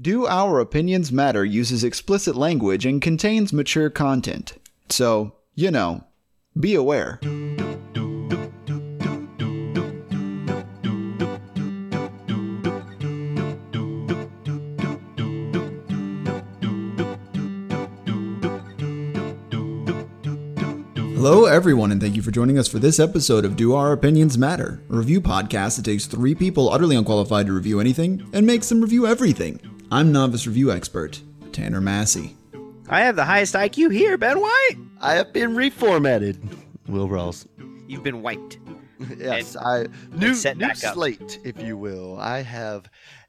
Do Our Opinions Matter uses explicit language and contains mature content. So, you know, be aware. Hello, everyone, and thank you for joining us for this episode of Do Our Opinions Matter, a review podcast that takes three people utterly unqualified to review anything and makes them review everything. I'm novice review expert Tanner Massey. I have the highest IQ here, Ben White. I have been reformatted. Will Rawls. You've been wiped. Yes, I new, set new back up. slate, if you will. I have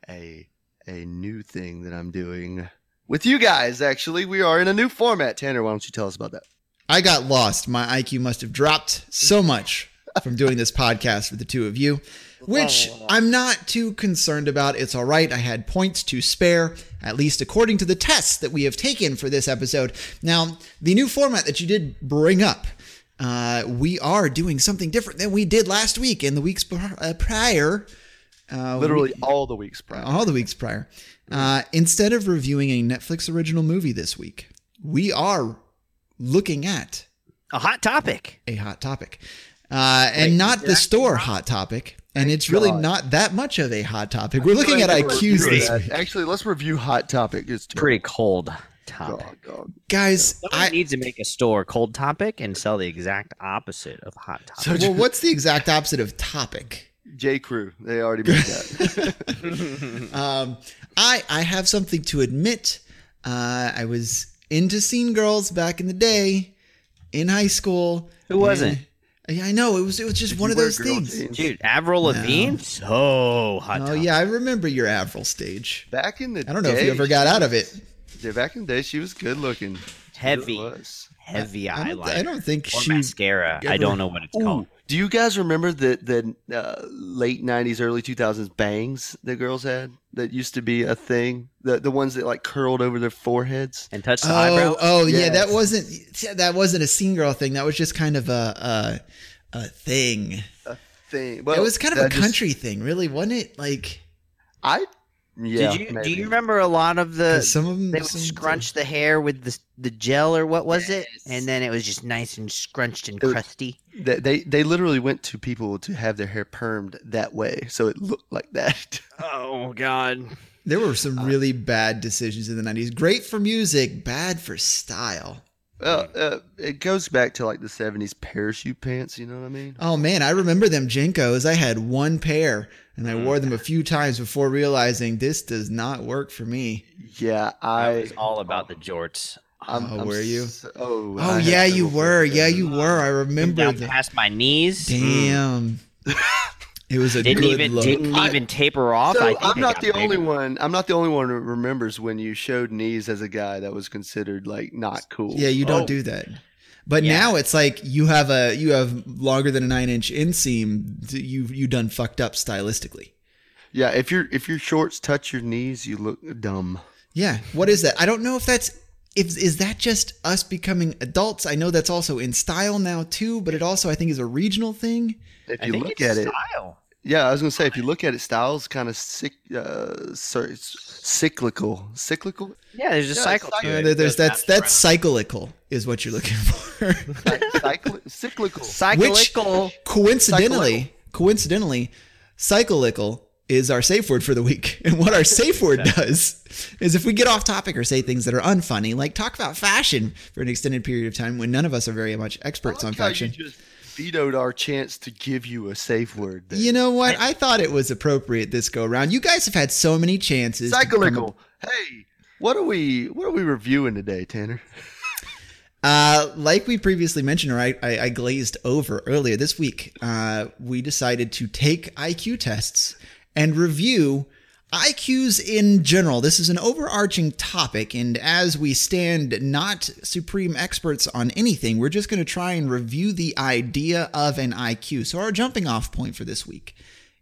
a a new thing that I'm doing with you guys. Actually, we are in a new format. Tanner, why don't you tell us about that? I got lost. My IQ must have dropped so much from doing this podcast with the two of you, which I'm not too concerned about. It's all right. I had points to spare, at least according to the tests that we have taken for this episode. Now, the new format that you did bring up, uh, we are doing something different than we did last week and the weeks pri- uh, prior. Uh, Literally all the weeks prior. all the weeks prior. Uh, instead of reviewing a Netflix original movie this week, we are looking at A hot topic. a hot topic, uh, and not the store hot topic. And it's really not that much of a hot topic. We're looking at IQs this That- week, Actually, let's review hot topic. It's Pretty cold dog, topic. dog. guys. Someone I needs to make a store cold topic and sell the exact opposite of hot topic. well, what's the exact opposite of topic? J Crew. They already made that. Um, I I have something to admit. Uh, I was into Scene Girls back in the day, in high school. Who wasn't? And- yeah, I know it was. It was just one You of wear those girl things. jeans. Dude, Avril Lavigne, so hot. Oh topic. yeah, I remember your Avril stage. Back in the I don't know if day, you ever got out of it. Yeah, back in the day, she was good looking. Heavy. It was. heavy I don't, eyeliner I don't think or she. mascara. I ever- don't know what it's Ooh, called. do you guys remember the the uh, late '90s, early 2000s bangs that girls had? That used to be a thing. The the ones that like curled over their foreheads. And touch the eyebrow. Oh, oh yeah, that Yes. wasn't that wasn't a scene girl thing. That was just kind of a a, a thing. Thing. Well, it was kind of that a just- country thing, really, wasn't it? Like I. Yeah. Did you do maybe. you remember a lot of 'cause Uh, the some of them they would some- scrunch the hair with the the gel or what was it? And then it was just nice and scrunched and It was- crusty. They, they they literally went to people to have their hair permed that way, so it looked like that. Oh god. There were some Uh, really bad decisions in the '90s. Great for music, bad for style. well, uh, it goes back to like the '70s parachute pants. You know what I mean? Oh man, I remember them Jinkos. I had one pair, and Mm. I wore them a few times before realizing this does not work for me. Yeah, I I. was all about the jorts. I'm, Oh, I'm were you? so- oh, Oh I had yeah, you several were. pairs. Yeah, you were. I Came remember down that. past my knees. Mm. Damn. It was a Didn't good even look. didn't I- even taper off. So I think I'm it not got the only bigger. one. I'm not the only one who remembers when you showed knees as a guy that was considered like not cool. Yeah, you don't Oh. do that. But Yeah. now it's like you have a you have longer than a nine inch inseam. th- You you done fucked up stylistically. Yeah, if your if your shorts touch your knees, you look dumb. Yeah. What is that? I don't know if that's if is that just us becoming adults. I know that's also in style now too, but it also I think is a regional thing. If I you think look at it's it, style. yeah, I was gonna say if you look at it, style's kind of cyc- uh, sorry, it's cyclical, cyclical. Yeah, there's a Yeah, cycle it's to cycle. it. There- there's It goes that's that's cyclical is what you're looking for. Like, cycli- cyclical. round and round. Which- cyclical. coincidentally, coincidentally, cyclical is our safe word for the week. And what our safe word does is if we get off topic or say things that are unfunny, like talk about fashion for an extended period of time when none of us are very much experts I on like how you fashion. just vetoed our chance to give you a safe word. There. You know what? I thought it was appropriate this go around. You guys have had so many chances. to come up- cyclical. Hey, what are we what are we reviewing today, Tanner? Uh, like we previously mentioned, or I, I, I glazed over earlier this week, uh, we decided to take IQ tests and review IQs in general. This is an overarching topic, and as we stand not supreme experts on anything, we're just going to try and review the idea of an IQ. So, our jumping off point for this week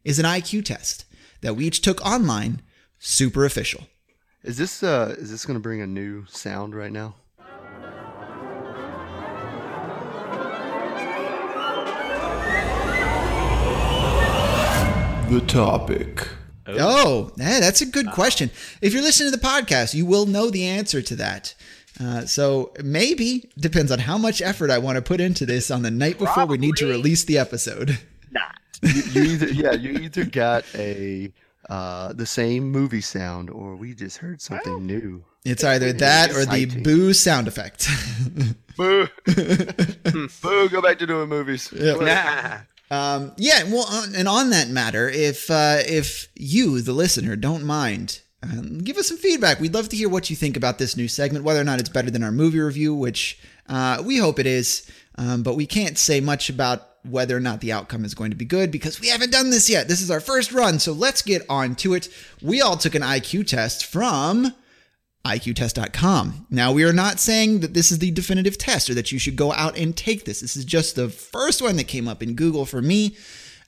is an IQ test that we each took online, super official. Is this uh is this gonna bring a new sound right now? The topic. Oh, yeah, that's a good question. If you're listening to the podcast, you will know the answer to that. Uh, so maybe depends on how much effort I want to put into this on the night before we need to Probably. release the episode. you, you either yeah you either got a uh, the same movie sound or we just heard something new. It's either that or the Exciting. boo sound effect. Boo! Boo! Go back to doing movies. Nah. Um, yeah, well, on- and on that matter, if uh, if you, the listener, don't mind, um, give us some feedback. We'd love to hear what you think about this new segment, whether or not it's better than our movie review, which uh, we hope it is. Um, but we can't say much about whether or not the outcome is going to be good because we haven't done this yet. This is our first run, so let's get on to it. We all took an IQ test from IQtest.com. Now, we are not saying that this is the definitive test or that you should go out and take this. This is just the first one that came up in Google for me.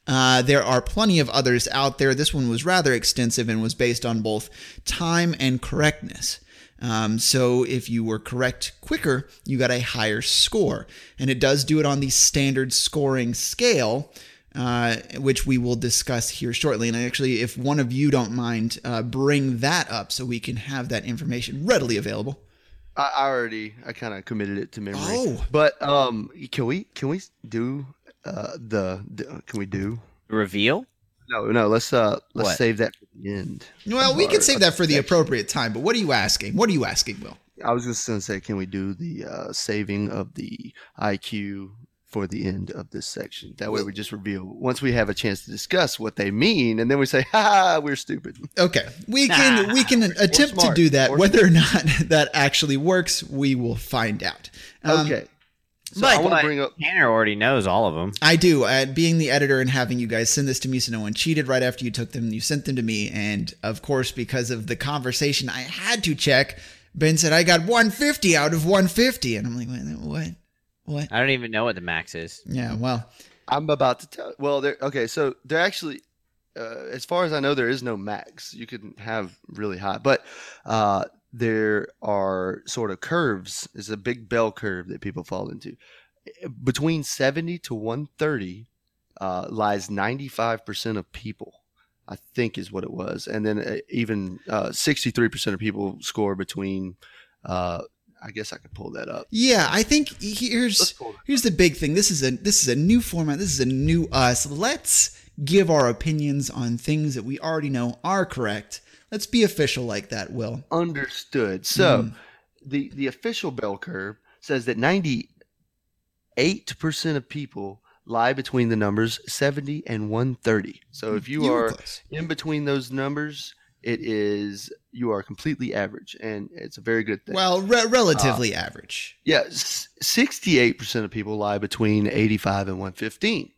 Uh, there are plenty of others out there. This one was rather extensive and was based on both time and correctness. Um, so if you were correct quicker, you got a higher score. And it does do it on the standard scoring scale, uh, which we will discuss here shortly. And actually, if one of you don't mind, uh, bring that up so we can have that information readily available. I, I already I kind of committed it to memory. Oh. but um, can we can we do uh the, the can we do Reveal? no no let's uh let's What? save that for the end. Well, we Or can save that for the section. appropriate time, but what are you asking? What are you asking, Will? I was just gonna say, can we do the uh, saving of the IQ for the end of this section? That way, we just reveal once we have a chance to discuss what they mean, and then we say, "Ha, ha, we're stupid." Okay, we can Ah. we can attempt to smart. do that. Or- Whether or not that actually works, we will find out. Um, okay, so but- I want but- to bring up. Tanner already knows all of them. I do. Uh, being the editor and having you guys send this to me so no one cheated right after you took them, you sent them to me. And of course, because of the conversation, I had to check. Ben said, I got 150 out of 150. And I'm like, wait, what? What? I don't even know what the max is. Yeah, well, I'm about to tell. Well, there. Okay, so they're actually, uh, as far as I know, there is no max. You can have really high, but uh, there are sort of curves. It's a big bell curve that people fall into. Between 70 to 130 uh, lies 95% of people. I think is what it was, and then uh, even sixty-three percent of people score between. Uh, I guess I could pull that up. yeah, I think here's. Let's pull Here's the big thing. This is a this is a new format. This is a new us. Let's give our opinions on things that we already know are correct. Let's be official like that, Will. Understood. So the the official bell curve says that 98% of people lie between the numbers 70 and 130. So if you, were are close. in between those numbers, it is you are completely average and it's a very good thing. well, re- Ah. relatively average. Yeah, s- 68% of people lie between 85 and 115.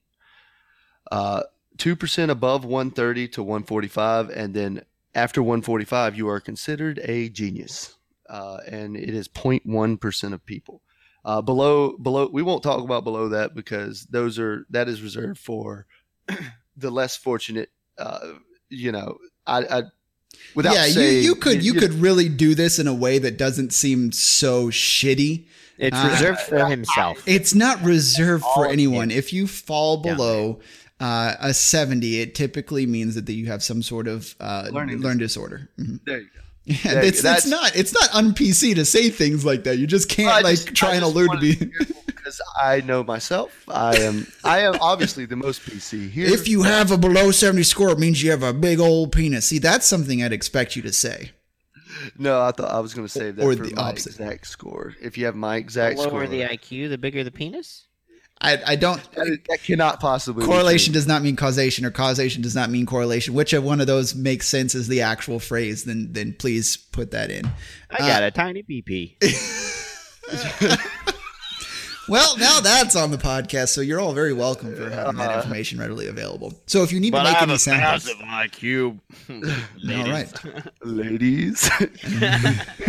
Uh, 2% above 130 to 145. And then after 145, you are considered a genius. Uh, and it is 0.1% of people. Uh, below, below, we won't talk about below that because those are, that is reserved for the less fortunate. Uh, you know, I, I, without yeah, you, saying- you could you, could really do this in a way that doesn't seem so shitty. It's Ah. reserved for himself. It's not reserved for All anyone. If you fall Yeah. below uh, a 70, it typically means that you have some sort of uh, Learning learning disorder. Mhm. There you go. Yeah, Yeah, it's, it's that's- not it's not un PC to say things like that. You just can't I like just- I try and just allude to wanted be. because I know myself. I am I am obviously the most PC here. If you have a below seventy score, it means you have a big old penis. See, that's something I'd expect you to say. no, I thought I was going to save that Or for the my opposite. exact score. If you have my The exact lower score, the IQ, the bigger the penis? I, I don't. that, is, that cannot possibly be Correlation true. does not mean causation, or causation does not mean correlation. Which one of those makes sense as the actual phrase? Then, then please put that in. I Uh, got a tiny PP. Well, now that's on the podcast, so you're all very welcome for having that Uh, information readily available. So if you need to make any sound, IQ. all right. ladies.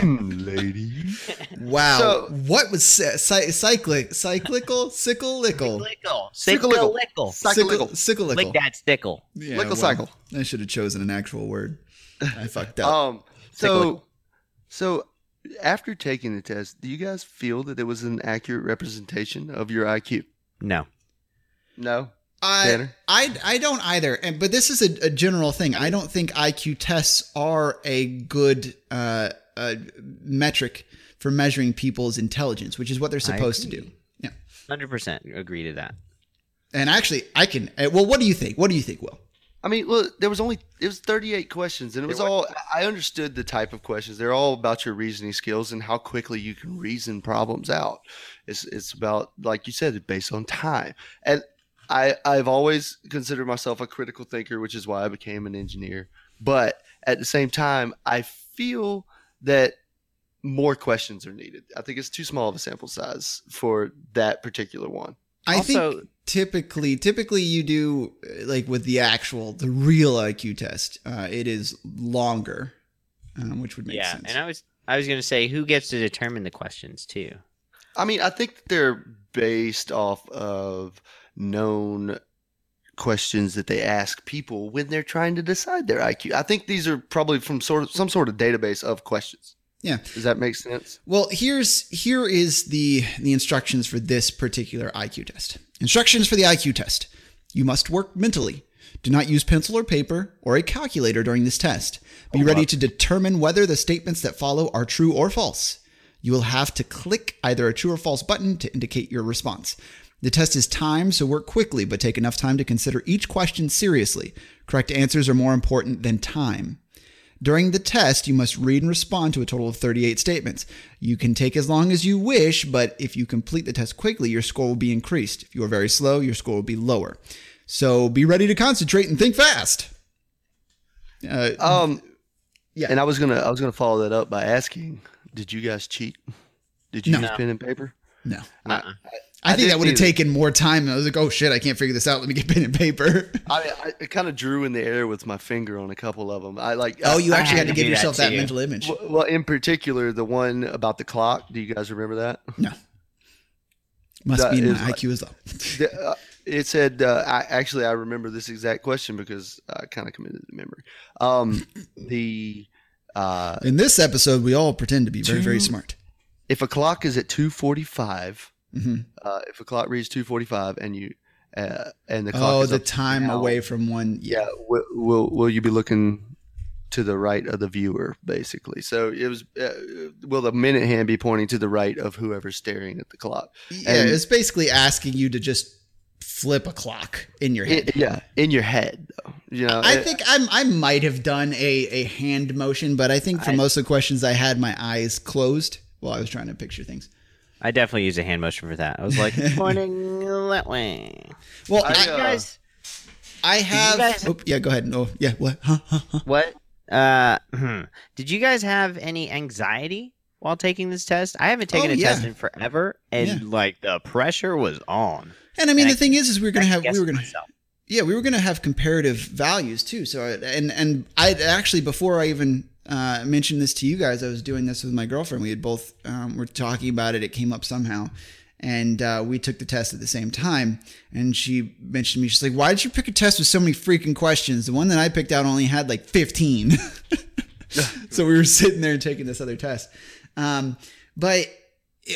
Hmm, ladies. Wow. So- what was cy- cy- cyclic, cyclical, cyclical, Lickle. Sickle Sickle lickle. lickle. Cyclical. cyclical. Lick that stickle. Yeah, Lickle well, Oh. cycle. I should have chosen an actual word. I fucked up. Um. So, so after taking the test, do you guys feel that it was an accurate representation of your IQ? No. No. I, Tanner? I, I don't either. And, but this is a, a general thing. I don't think IQ tests are a good uh, uh, metric for measuring people's intelligence, which is what they're supposed to do. Yeah. Hundred percent agree to that. And actually, I can. uh, Well, what do you think? What do you think, Will? I mean, look, there was only it was 38 questions, and it was all I understood the type of questions. They're all about your reasoning skills and how quickly you can reason problems out. It's it's about like you said, it's based on time. And I I've always considered myself a critical thinker, which is why I became an engineer. But at the same time, I feel that more questions are needed. I think it's too small of a sample size for that particular one. I Also- think typically, typically you do uh, like with the actual, the real IQ test. Uh, it is longer, um, which would make yeah, sense. and I was I was gonna say who gets to determine the questions too. I mean, I think that they're based off of known questions that they ask people when they're trying to decide their IQ. I think these are probably from sort of some sort of database of questions. Yeah. Does that make sense? Well, here's here is the the instructions for this particular IQ test. Instructions for the IQ test. You must work mentally. Do not use pencil or paper or a calculator during this test. Be ready to determine whether the statements that follow are true or false. You will have to click either a true or false button to indicate your response. The test is timed, so work quickly, but take enough time to consider each question seriously. Correct answers are more important than time. During the test, you must read and respond to a total of 38 statements. You can take as long as you wish, but if you complete the test quickly, your score will be increased. If you are very slow, your score will be lower. So be ready to concentrate and think fast. Uh, Um Yeah. And I was gonna I was gonna follow that up by asking, did you guys cheat? Did you No. use pen and paper? no. Uh-uh. I, think didn't that would have either. taken more time. I was like, oh shit, I can't figure this out. Let me get pen and paper. I, I kind of drew in the air with my finger on a couple of them. I like Oh, you I- actually had had to to give do that yourself that, too. mental image. Well- Well, in particular, the one about the clock. Do you guys remember that? Must that be my is like- IQ is low. The- uh, it said, uh, I, actually, I remember this exact question because I kind of committed to memory. Um, the uh, In this episode, we all pretend to be very, very smart. if a clock is at two forty five, hmm uh, if a clock reads two forty five, and you uh, and the clock Oh, is the up time now, away from one. Yeah. yeah, will, will will you be looking to the right of the viewer, basically? So it was, uh, will the minute hand be pointing to the right of whoever's staring at the clock? Yeah, And- it's basically asking you to just flip a clock in your head. I- yeah, in your head, though. You know, I it- think I'm, I might have done a, a hand motion, but I think for most of the questions I had my eyes closed while I was trying to picture things. I definitely used a hand motion for that. I was like pointing that way. Well, I, I, uh, guys, I have. guys- oh, yeah, go ahead. No, yeah, what? Huh, huh, huh. what? Uh, hmm. did you guys have any anxiety while taking this test? I haven't taken Oh, a yeah. test in forever, and Yeah. like the pressure was on. And I mean, And the thing is, is we are gonna have we Guess were gonna myself. yeah we were gonna have comparative values too. So I, and and I actually before I even uh, mentioned this to you guys, I was doing this with my girlfriend. We had both um, were talking about it. It came up somehow, and uh, we took the test at the same time. And she mentioned to me, she's like, "Why did you pick a test with so many freaking questions? The one that I picked out only had like 15." so we were sitting there and taking this other test. Um, but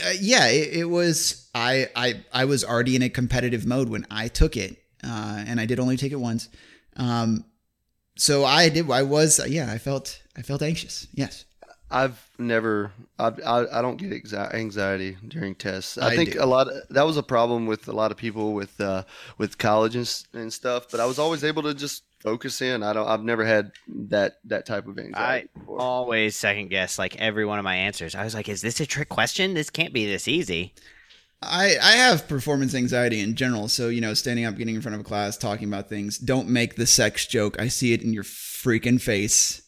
uh, yeah, it, it was I, I I was already in a competitive mode when I took it, uh, and I did only take it once. Um, so I did. I was uh, yeah. I felt I felt anxious. Yes. I've never. I, I I don't get anxi- anxiety during tests. I, I think do. a lot. Of, that was a problem with a lot of people with uh, with college and, s- and stuff. But I was always able to just focus in. I don't. I've never had that that type of anxiety. before. Always second guess like every one of my answers. I was like, "Is this a trick question? This can't be this easy." I, I have performance anxiety in general. So, you know, standing up, getting in front of a class, talking about things. Don't make the sex joke. I see it in your freaking face.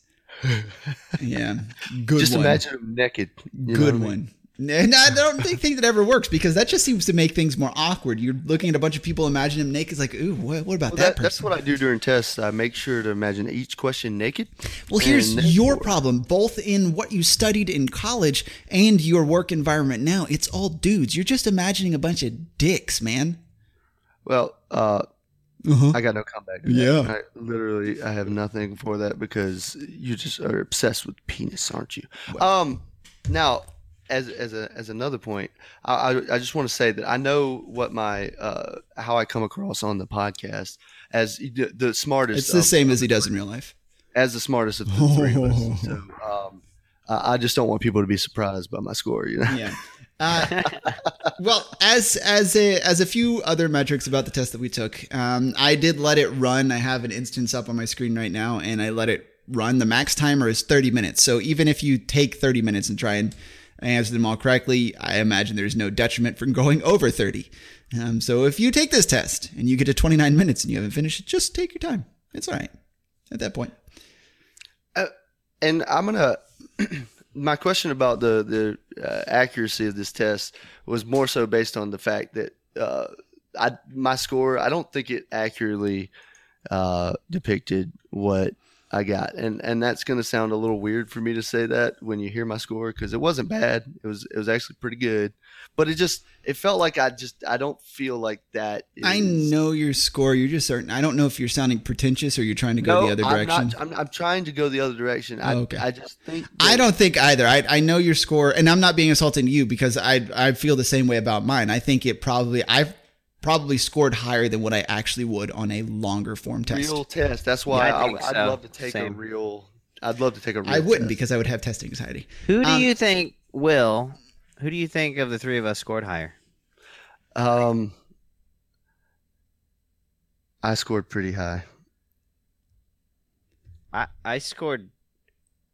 Yeah. Good just one. imagine them naked. you know what I Good mean? one. And I don't think, think that ever works because that just seems to make things more awkward. You're looking at a bunch of people, imagine them naked. It's like, ooh, what, what about Well, that, that, that's person? what I do during tests. I make sure to imagine each question naked. well, here's and your therefore- problem, both in what you studied in college and your work environment now. It's all dudes. You're just imagining a bunch of dicks, man. Well, uh, Uh-huh. I got no comeback. to that. Yeah. I, literally, I have nothing for that because you just are obsessed with penis, aren't you? Um, now, as as a as another point, I I, I just want to say that I know what my uh how I come across on the podcast as the, the smartest. It's the of- same as he does in real life. as the smartest of the three of us. So um, I I just don't want people to be surprised by my score. You know, Yeah. Uh, well, as as a as a few other metrics about the test that we took, um, I did let it run. I have an instance up on my screen right now, and I let it run. The max timer is 30 minutes. So even if you take 30 minutes and try and answer them all correctly, I imagine there's no detriment from going over 30. Um, so if you take this test and you get to 29 minutes and you haven't finished it, just take your time. It's all right at that point. and I'm gonna. my question about the the uh, accuracy of this test was more so based on the fact that uh, I my score. I don't think it accurately uh, depicted what. I got, and and that's going to sound a little weird for me to say that when you hear my score because it wasn't bad. It was it was actually pretty good, but it just it felt like I just I don't feel like that. I is- know your score. You're just certain. I don't know if you're sounding pretentious or you're trying to go the other direction. I'm, not, I'm, I'm trying to go the other direction. I, Oh, okay. I just think I that- don't think either. I, I know your score, and I'm not being insulting to you because I I feel the same way about mine. I think it probably I've probably scored higher than what I actually would on a longer form test. real test. That's why Yeah, I I think would so. love to take a Same. real. I'd love to take a real. I wouldn't test. because I would have test anxiety. Who do Um, you think will? Who do you think of the three of us scored higher? Um, I scored pretty high. I I scored.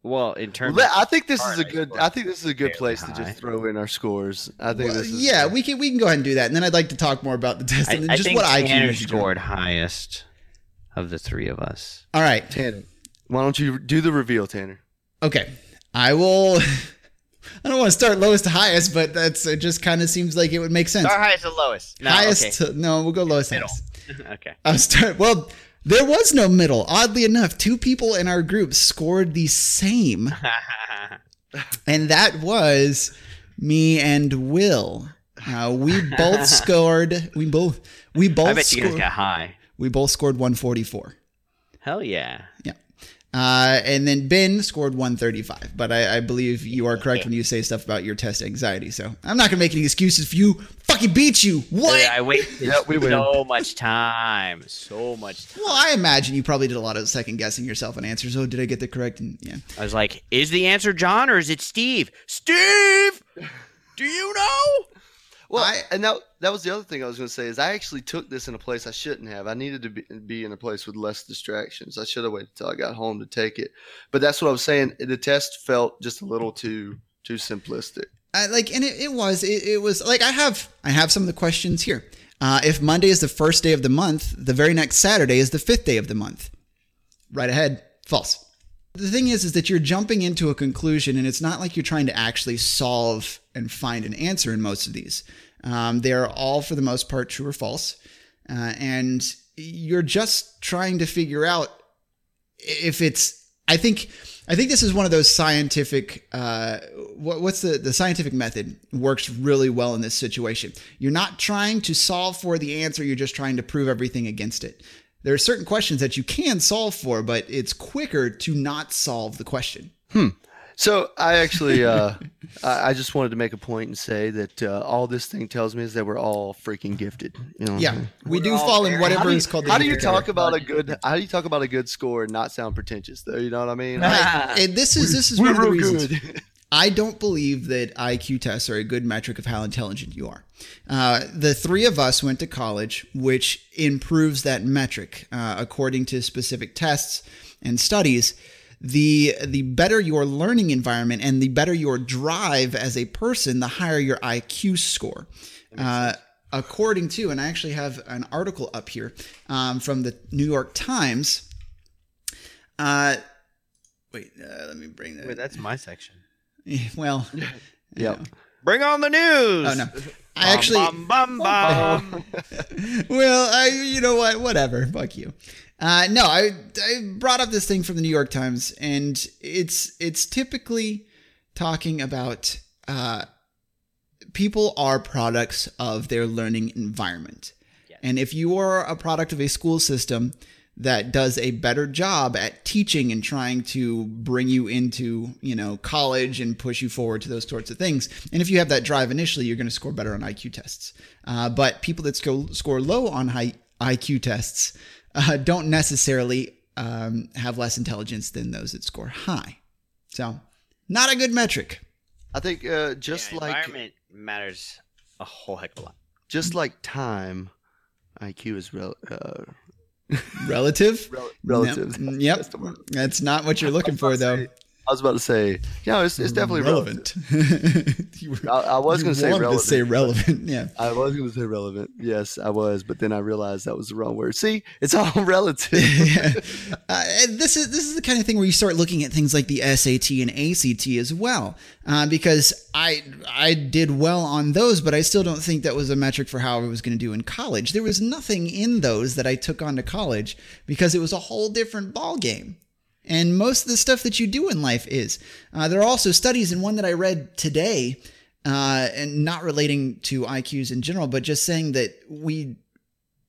Well, in terms, Well, I think this hard, is a I good. scored I think this is a good fairly place to high. just throw in our scores. I think Well, this. Is yeah, we can we can go ahead and do that, and then I'd like to talk more about the test I, and I just think what Tanner I scored highest of the three of us. All right, Tanner. Why don't you do the reveal, Tanner? okay, I will. I don't want to start lowest to highest, but that's it. Just kind of seems like it would make sense. Our highest to lowest. No, highest, to, no, we'll go lowest. Highest. Okay. okay. I'm start. Well, there was no middle. Oddly enough, two people in our group scored the same, and that was me and Will. Uh, we both scored. We both. We both. I bet you scored, guys got high. We both scored 144. Hell yeah. Uh, and then Ben scored 135. But I, I believe you are correct when you say stuff about your test anxiety. So I'm not gonna make any excuses for you. Fucking beat you. What? I wasted Yeah, we win. so much time. So much time. Well, I imagine you probably did a lot of second guessing yourself on answers. Oh, did I get the correct? And yeah. I was like, is the answer John or is it Steve? Steve! Do you know? Well, I- and that that was the other thing I was going to say is I actually took this in a place I shouldn't have. I needed to be, be in a place with less distractions. I should have waited till I got home to take it. But that's what I was saying. The test felt just a little too too simplistic. I, like and it, it was it, it was like i have i have some of the questions here uh, if monday is the first day of the month the very next saturday is the fifth day of the month right ahead false the thing is is that you're jumping into a conclusion and it's not like you're trying to actually solve and find an answer in most of these um, they are all for the most part true or false uh, and you're just trying to figure out if it's i think i think this is one of those scientific uh what, what's the the scientific method works really well in this situation you're not trying to solve for the answer you're just trying to prove everything against it there are certain questions that you can solve for but it's quicker to not solve the question So I actually, uh, I, I just wanted to make a point and say that uh, all this thing tells me is that we're all freaking gifted. You know what I'm yeah saying? we do fall in How whatever do you, is called the how do you Jupiter. talk about a good? How do you talk about a good score and not sound pretentious though? You know what I mean? I- and this is this is one of the reasons I don't believe that IQ tests are a good metric of how intelligent you are. Uh, the three of us went to college, which improves that metric uh, according to specific tests and studies. The the better your learning environment and the better your drive as a person, the higher your IQ score. Uh, according to, and I actually have an article up here um, from the New York Times. Uh, wait, uh, let me bring that. Wait, that's my section. Eh, Well, Yep. Bring on the news! oh no, I actually. Bum, bum, bum, bum. Well, I you know what? Whatever. Fuck you. Uh, no, I I brought up this thing from the New York Times, and it's it's typically talking about uh, people are products of their learning environment, and if you are a product of a school system that does a better job at teaching and trying to bring you into, you know, college and push you forward to those sorts of things. And if you have that drive initially, you're going to score better on IQ tests. Uh, but people that sco- score low on high IQ tests uh, don't necessarily um, have less intelligence than those that score high. So, not a good metric. I think uh, just Yeah, like environment matters a whole heck of a lot. just like time, IQ is rel- uh, Relative? rel- relative. No, That's yep. the word. That's not what you're looking for, though. I was about to say, no, it's, it's definitely relevant. You were- I, I was you going to say wanted relevant. To say relevant. Yeah. I was going to say relevant. Yes, I was, but then I realized that was the wrong word. See, it's all relative. Yeah. Uh, and this is this is the kind of thing where you start looking at things like the SAT and ACT as well, uh, because I I did well on those, but I still don't think that was a metric for how I was going to do in college. There was nothing in those that I took on to college because it was a whole different ball game. And most of the stuff that you do in life is. Uh, there are also studies, and one that I read today, uh, and not relating to IQs in general, but just saying that we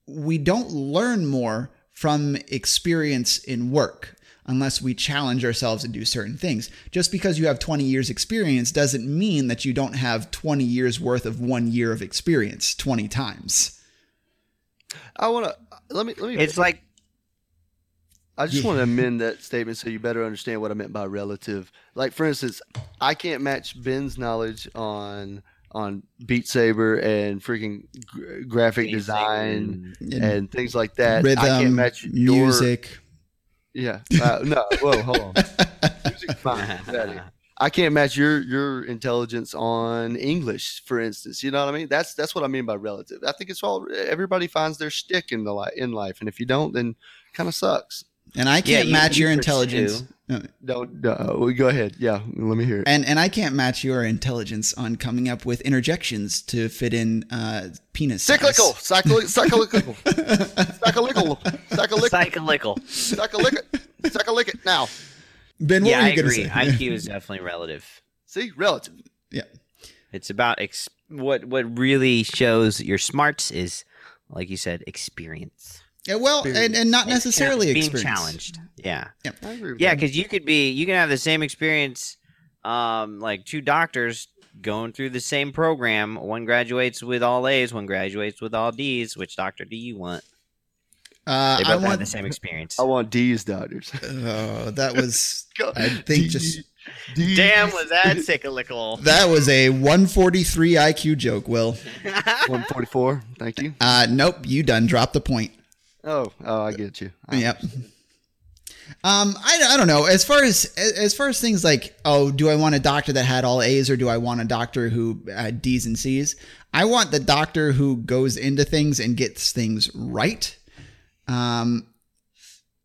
we don't learn more from experience in work unless we challenge ourselves and do certain things. Just because you have 20 years experience doesn't mean that you don't have 20 years worth of one year of experience 20 times. I want to let me let me. It's like I just Yeah. want to amend that statement so you better understand what I meant by relative. Like for instance, I can't match Ben's knowledge on on Beat Saber and freaking gr graphic Beat design And and things like that. Mm. rhythm, I can't match your, music. Yeah. Uh, no. Whoa. Hold on. Music's fine. That is- I can't match your your intelligence on English, for instance. You know what I mean? That's that's what I mean by relative. I think it's all everybody finds their shtick in the li- in life, and if you don't, then kind of sucks. And I can't you- match you your intelligence. pursue. No, Don't. No, uh, go ahead. Yeah. Let me hear it. And and I can't match your intelligence on coming up with interjections to fit in uh, penis. size. Cyclical. Cyclical. Cyclical. Cyclical. Cyclical. cyclical. Cyclical. Cyclical. Now. Ben, what yeah, were I you going to agree. say? IQ is definitely relative. See, relative. It's about ex- what what really shows your smarts is, like you said, experience. Yeah, well, and, and not And necessarily chal- being experience. challenged. Yeah, I agree with yeah, that. because you could be you can have the same experience, um, like two doctors going through the same program. One graduates with all A's, one graduates with all D's. Which doctor do you want? Uh, They both I have want the same experience. I want D's doctors. Oh, that was Go- I think just- D's. Damn, was that cyclical? that was a 143 IQ joke. Will, 144. Thank you. uh, nope, you done dropped the point. Oh, oh, I get you. I- Yep. Um, I, I don't know. As far as as far as things like, oh, do I want a doctor that had all A's or do I want a doctor who had D's and C's? I want the doctor who goes into things and gets things right. Um,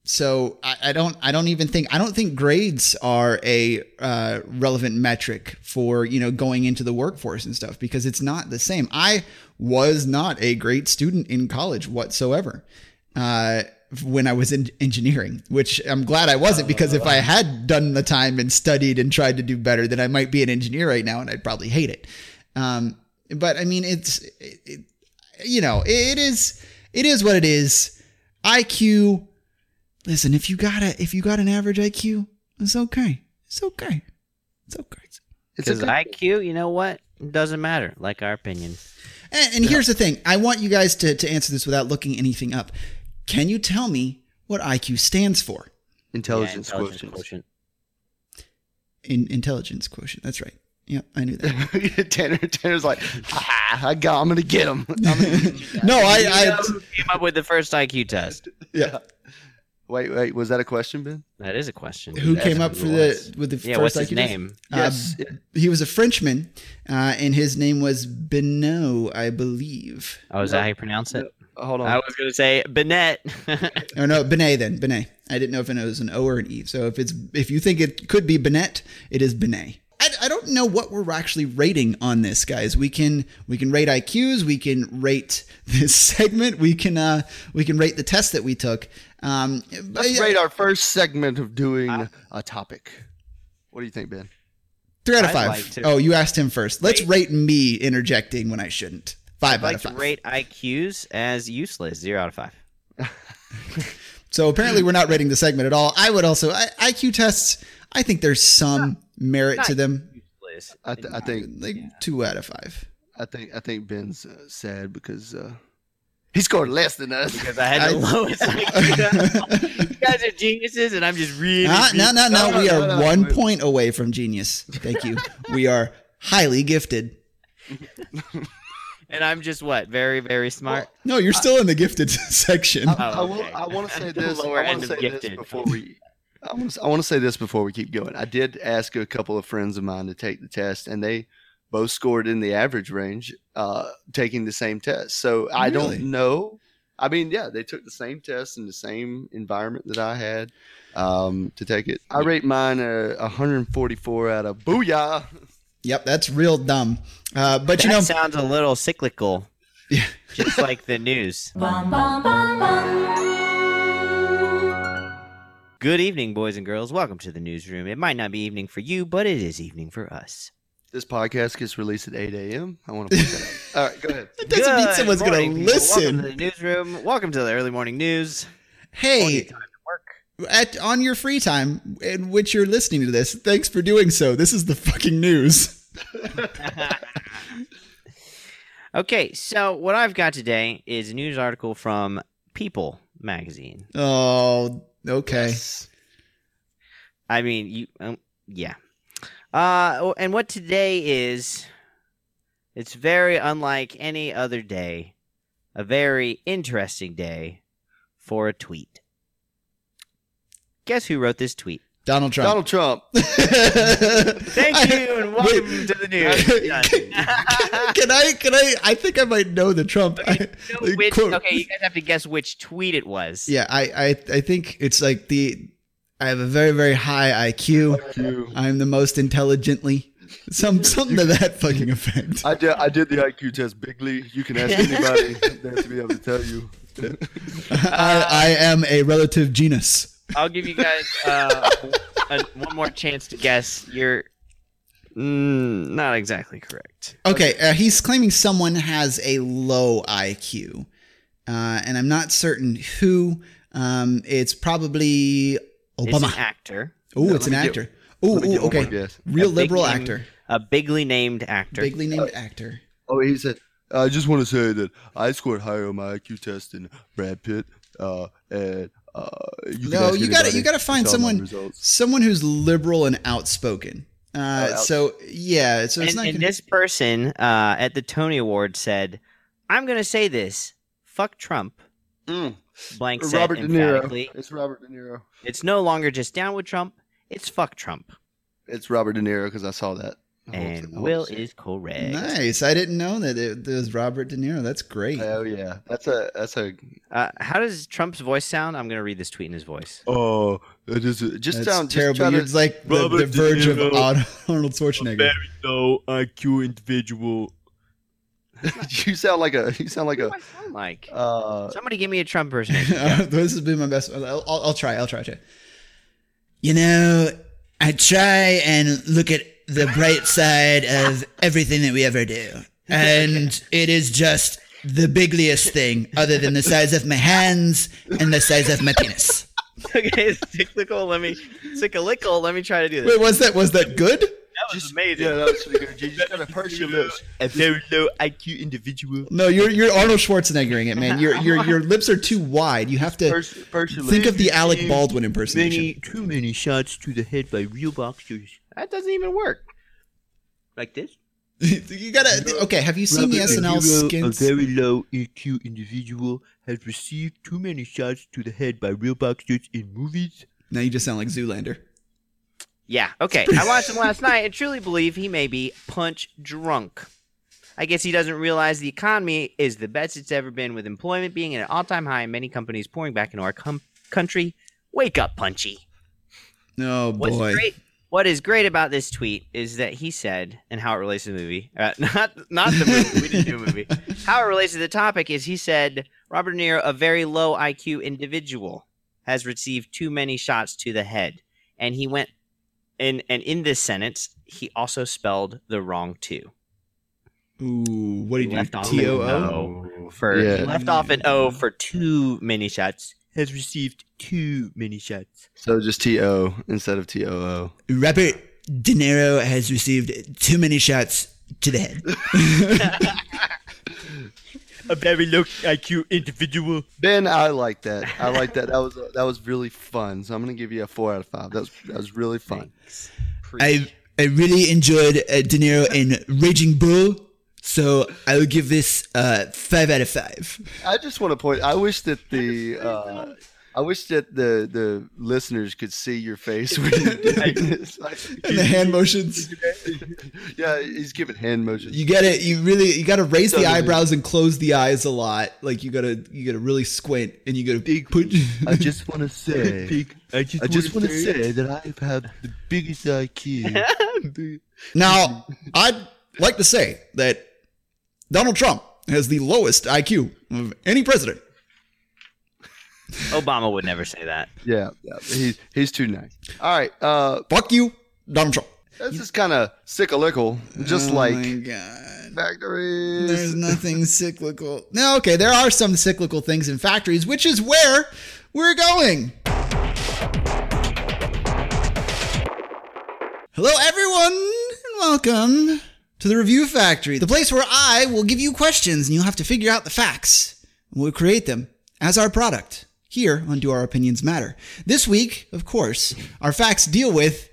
so I, I don't I don't even think I don't think grades are a uh, relevant metric for you know going into the workforce and stuff because it's not the same. I was not a great student in college whatsoever uh, when I was in engineering, which I'm glad I wasn't because if I had done the time and studied and tried to do better, then I might be an engineer right now and I'd probably hate it. Um, but I mean, it's it, it, you know it is it is what it is. IQ listen, if you got a if you got an average IQ, it's okay. It's okay. It's okay. It's Because okay. IQ, you know what? It doesn't matter. Like our opinion. And, and here's the thing: I want you guys to to answer this without looking anything up. Can you tell me what IQ stands for? intelligence, Yeah, intelligence quotient. quotient. In intelligence quotient. That's right. Yep, I knew that. Tanner, Tanner's like, ah, I got, I'm gonna get him. no, I, You know I who came up with the first IQ test? yeah. Um, Wait, wait, was that a question, Ben? That is a question. Who That's came up it for was. the with the Yeah, first what's his IQ test? name? Uh, Yes, He was a Frenchman, uh, and his name was Benoit, I believe. Oh, is that how you pronounce it? Hold on. I was gonna say Bennett. Oh no, Benet then Benet. I didn't know if it was an O or an E. So if it's if you think it could be Benet, it is Benet. I, I don't know what we're actually rating on this, guys. We can we can rate IQs, we can rate this segment, we can uh we can rate the test that we took. Um, but Let's yeah, rate our first segment of doing I- a topic. What do you think, Ben? three out of I'd five. like to- oh, you asked him first. Let's rate me interjecting when I shouldn't. 5 I'd out like of to five. rate IQs as useless. Zero out of five. So apparently, we're not rating the segment at all. I would also I, IQ tests. I think there's some merit to them. Useless. I, th- I think Like two out of five. I think I think Ben's uh, sad because uh, he scored less than us. because I had the I- lowest IQ. you guys are geniuses, and I'm just really. Ah, no, no, no, no. no, We no, are no, no. one point away from genius. Thank you. we are highly gifted. And I'm just what? Very, very smart. No, you're still in the gifted section. I, I Oh, will. okay. I want to say The this. I lower want end to of say this gifted. before we. I want to. I want to say this before we keep going. I did ask a couple of friends of mine to take the test, and they both scored in the average range, uh, taking the same test. So I Really? don't know. I mean, yeah, they took the same test in the same environment that I had um, to take it. I rate mine a 144 out of booyah. Yep, that's real dumb. Uh, but that you know, sounds a little cyclical. Yeah. just like the news. Bum, bum, bum, bum. Good evening, boys and girls. Welcome to the newsroom. It might not be evening for you, but it is evening for us. This podcast gets released at 8 a.m. I want to point that out. All right, go ahead. it doesn't mean Good someone's going morning, to people. Welcome to listen. the newsroom. Welcome to the early morning news. Hey, at on your free time in which you're listening to this, thanks for doing so. This is the fucking news. Okay, so what I've got today is a news article from People magazine. Oh, okay. I mean, you, um, yeah. Uh, oh, and what today is, it's very unlike any other day, a very interesting day for a tweet. Guess who wrote this tweet? Donald Trump. Donald Trump. Thank I- you and wait. welcome to the news. Done. can I? Can I? I think I might know the Trump. You know which- quote. okay, you guys have to guess which tweet it was. Yeah, I, I, I think it's like the. I have a very, very high IQ. I'm the most intelligently. Some something to that fucking effect. I did, I did the IQ test, Bigley. You can ask anybody. they should be able to tell you. I, I am a relative genus. I'll give you guys uh, a, one more chance to guess. You're mm, not exactly correct. Okay, uh, he's claiming someone has a low IQ, uh, and I'm not certain who. Um, it's probably It's an Obama. actor, Oh, it's an let me get- actor. Oh, let me get one more okay, guess. real A big liberal name actor, a bigly named actor. bigly named actor. Oh, he said, I just want to say that I scored higher on my IQ test than Brad Pitt. Uh, and uh, you can No, ask you gotta- anybody. you gotta It's find all my someone- results." someone who's liberal and outspoken. Uh, Oh, outs- so yeah, so it's and, not. and Gonna, this person uh, at the Tony Award said, "I'm going to say this: fuck Trump." Mm. Blank said Robert De emphatically, Niro. It's Robert De Niro. "It's no longer just down with Trump; it's fuck Trump." It's Robert De Niro because I saw that. I won't say- I And won't Will say. is correct. Oh, nice. I didn't know that it, it was Robert De Niro. That's great. Oh yeah, that's a that's a Uh, how does Trump's voice sound? I'm going to read this tweet in his voice. oh it is it just That's sound terrible. Just try You're to- like the, Robert the De verge of Niro. Ar- Arnold Schwarzenegger. very low IQ individual. you sound like a you sound like What a do I sound like? uh Somebody give me a Trump impersonation. Uh, this has been my best. I'll, I'll, I'll try. I'll try. try. You know, I try and look at the bright side of everything that we ever do, and it is just the bigliest thing, other than the size of my hands and the size of my penis. okay, it's cyclical. Let me cyclical. Let me try to do this. Wait, was that was that good? that was amazing. Yeah, that's pretty good. You just gotta purse your lips. A very low IQ individual. No, you're you're Arnold Schwarzeneggering it, man. Your your your lips are too wide. You have to Purse, purse your think lips. of the Alec Baldwin Many, impersonation. too many shots to the head by real boxers. That doesn't even work. Like this? you gotta okay. Have you seen the Robert De SNL Niro, skins? A very low IQ individual has received too many shots to the head by real boxers in movies. now you just sound like Zoolander. Yeah. Okay. I watched him last night and truly believe he may be punch drunk. I guess he doesn't realize the economy is the best it's ever been, with employment being at an all-time high and many companies pouring back into our com- country. Wake up, Punchy. Oh What's boy. great? What is great about this tweet is that he said, and how it relates to the movie, uh, not not the movie, we didn't do a movie. How it relates to the topic is he said Robert De Niro, a very low IQ individual, has received too many shots to the head, and he went, and and in this sentence he also spelled the wrong two. Ooh, what do you do? Left off T O with O. no. For he Yeah. left off an O for too many shots has received too many shots. So just T O instead of T O O. Robert De Niro has received too many shots to the head. A very low IQ individual. Ben, I like that. I like that. That was that was really fun. So I'm gonna give you a four out of five. That was that was really fun. I I really enjoyed uh, De Niro in Raging Bull, so I would give this uh, five out of five. I just want to point. I wish that the uh, I wish that the the listeners could see your face when you did this. Like, And the hand motions, yeah, he's giving hand motions. you gotta you really you gotta raise the eyebrows and close the eyes a lot. Like you gotta you gotta really squint and you gotta put. I just want to say. Big. I just, I just want to say, say that I have the biggest IQ. now I'd like to say that Donald Trump has the lowest IQ of any president. Obama would never say that. yeah, yeah, he's he's too nice. All right, uh, Fuck you, Donald Trump. this is kind of cyclical, just Oh like my God. factories. There's nothing cyclical. No, okay, there are some cyclical things in factories, which is where we're going. Hello, everyone, and welcome to the Review Factory, the place where I will give you questions and you'll have to figure out the facts, and we'll create them as our product here on Do Our Opinions Matter. This week, of course, our facts deal with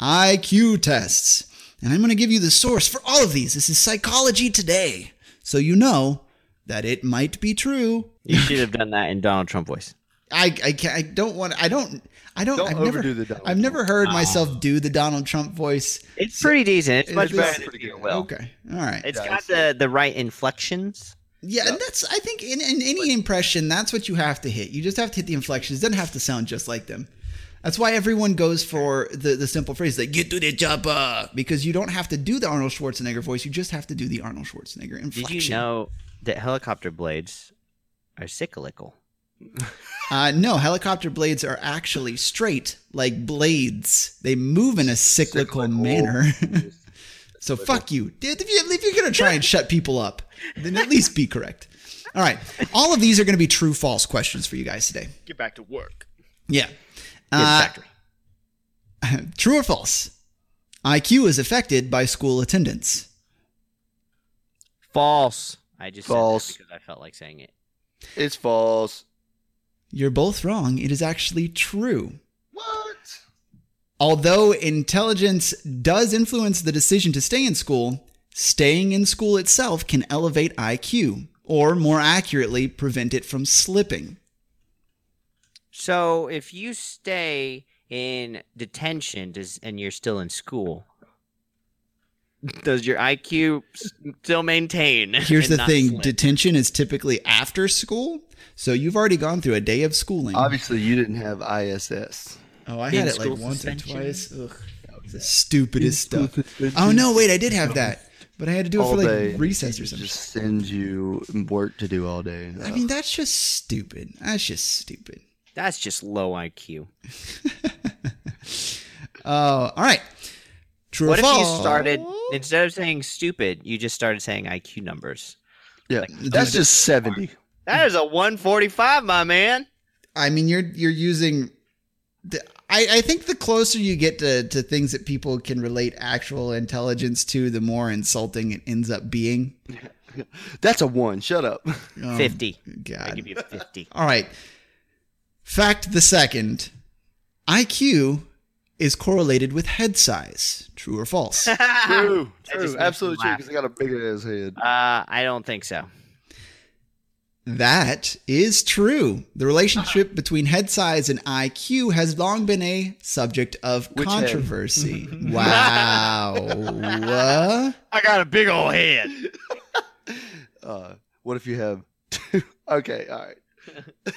IQ tests. And I'm going to give you the source for all of these. This is Psychology Today. So you know that it might be true. You should have done that in Donald Trump voice. I, I, can't, I don't want, I don't, I don't, Don't I've overdo never, the Donald I've never heard myself do the Donald Trump voice. It's pretty decent. It's Ah. much It is better pretty than you good. will. Okay. All right. It's got the, the right inflections. yeah. And that's, I think in, in any impression, that's what you have to hit. You just have to hit the inflections. It doesn't have to sound just like them. That's why everyone goes for the, the simple phrase like "get to the job," uh," because you don't have to do the Arnold Schwarzenegger voice. You just have to do the Arnold Schwarzenegger Did inflection. you know that helicopter blades are cyclical? Uh, no, helicopter blades are actually straight, like blades. They move in a cyclical, manner. so fuck you. Dude, If, you, if you're going to try and shut people up, then at least be correct. All right. All of these are going to be true false questions for you guys today. get back to work. Yeah. Uh, Exactly. true or false? IQ is affected by school attendance. false. I just False. said that because I felt like saying it. It's false. You're both wrong. It is actually true. What? Although intelligence does influence the decision to stay in school, staying in school itself can elevate IQ, or more accurately, prevent it from slipping. So if you stay in detention does, and you're still in school, does your IQ s- still maintain? Here's and the not thing slip? detention is typically after school, so you've already gone through a day of schooling. Obviously, you didn't have ISS. oh, I had it like in-school once suspension. or twice. Ugh, that was the stupidest stuff. Oh, no, wait, I did have that, but I had to do it All for like day. recess or They something. Just send you work to do all day. I mean, that's just stupid. That's just stupid. That's just low IQ. Oh, all right. True What or if false? you started instead of saying stupid, you just started saying IQ numbers? yeah, that's just seventy. That is a 145, my man. I mean, you're you're using. The, I I think the closer you get to to things that people can relate actual intelligence to, the more insulting it ends up being. That's a one. Shut up. Um, 50. I God. give you 50. All right. Fact the second, IQ is correlated with head size. True or false? True, That just true, makes absolutely me true. laugh. Because I got a big ass head. Uh, I don't think so. That is true. The relationship between head size and IQ has long been a subject of Which head? controversy. wow. What? I got a big old head. Uh, what if you have two? okay, all right.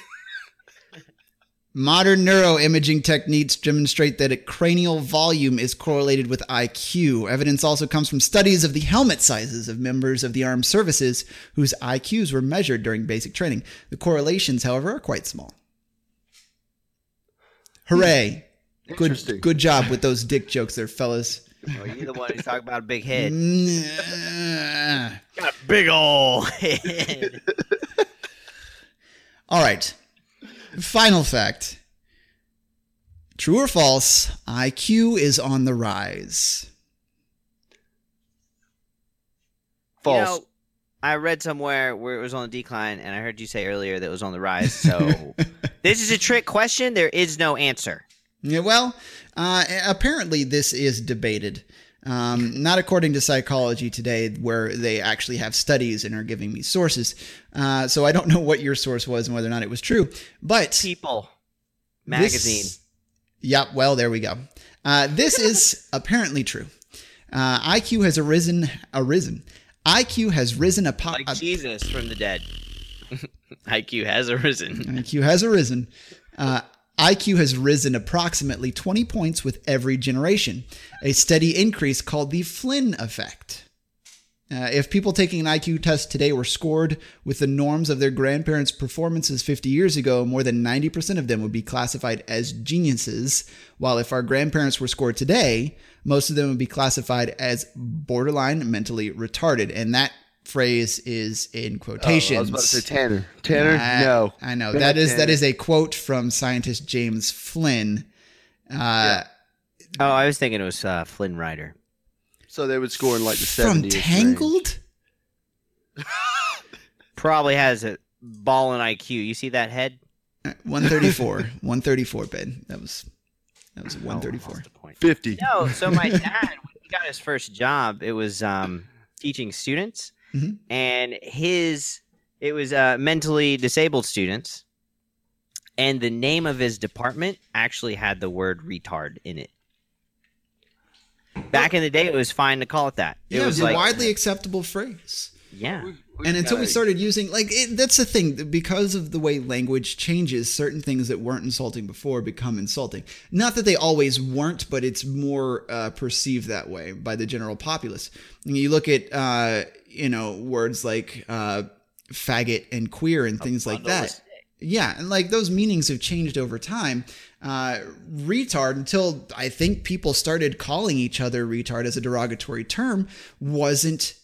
Modern neuroimaging techniques demonstrate that a cranial volume is correlated with IQ. Evidence also comes from studies of the helmet sizes of members of the armed services whose IQs were measured during basic training. The correlations, however, are quite small. Hooray. Good, Interesting. good job with those dick jokes there, fellas. Well, you're the one who's talking about a big head. Nyah. Got a big old head. All right. Final fact. True or false, IQ is on the rise. You False. know, I read somewhere where it was on the decline, and I heard you say earlier that it was on the rise. So this is a trick question. There is no answer. Yeah, well, uh, apparently this is debated. Um, not according to Psychology Today, where they actually have studies and are giving me sources. Uh, so I don't know what your source was and whether or not it was true. But People magazine. This, yep. Well, there we go. Uh, this is apparently true. Uh, IQ has arisen. Arisen. IQ has risen. Apo- like uh, Jesus from the dead. IQ has arisen. IQ has arisen. Uh, IQ has risen approximately 20 points with every generation, a steady increase called the Flynn effect. Uh, if people taking an IQ test today were scored with the norms of their grandparents' performances 50 years ago, more than 90% of them would be classified as geniuses, while if our grandparents were scored today, most of them would be classified as borderline mentally retarded. And that phrase is in Oh, quotations. I was about to say Tanner. Tanner, I- no. I know Bad that is that Tanner. is a quote from scientist James Flynn. Uh, Oh, I was thinking it was uh, Flynn Rider. So they would score in like the from 70s. range. Tangled. Probably has a ball in IQ. You see that head? Uh, One thirty four, one thirty four. Ben, that was that was one thirty four. 50. No, so my dad, when he got his first job, it was um, teaching students, Mhm. and his it was uh, mentally disabled students, and the name of his department actually had the word retard in it. Back in the day, it was fine to call it that. It Yeah, it was was a like, widely acceptable phrase. yeah, and until we gotta- started using like it, that's the thing because of the way language changes certain things that weren't insulting before become insulting not that they always weren't but it's more uh, perceived that way by the general populace and you look at uh, you know words like uh, faggot and queer and things like bundle of that yeah and like those meanings have changed over time uh, retard until i think people started calling each other retard as a derogatory term wasn't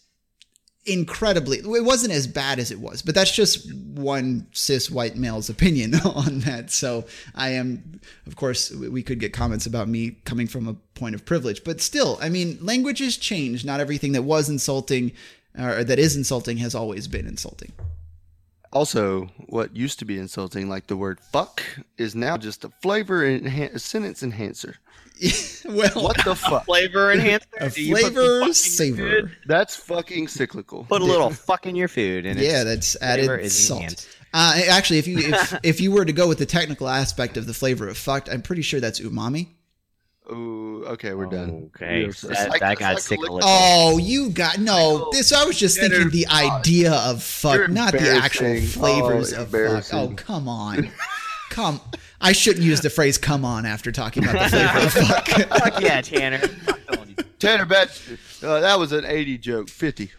incredibly it wasn't as bad as it was but that's just one cis white male's opinion on that so i am of course we we could get comments about me coming from a point of privilege but still i mean language has changed not everything that was insulting uh, or that is insulting has always been insulting Also, what used to be insulting, like the word fuck, is now just a flavor and enhan- sentence enhancer. well What the fuck? flavor enhancer. a Do you put some fuck flavor in your savor food? That's fucking cyclical. Put a little fuck in your food, and yeah it's, that's flavor added is salt enhanced. uh, actually if you if, if you were to go with the technical aspect of the flavor of fucked i'm pretty sure that's umami Ooh, okay, we're done. Okay, We are so- that, psych- that got sick. psycholic- Oh, you got no. This I was just thinking the idea of You're fuck, not the actual embarrassing. flavors Oh, of fuck. Oh, embarrassing. come on, come. I shouldn't use the phrase "come on" after talking about the flavor of fuck. Fuck yeah, Tanner. Tanner bet uh, that was an 80 joke. 50.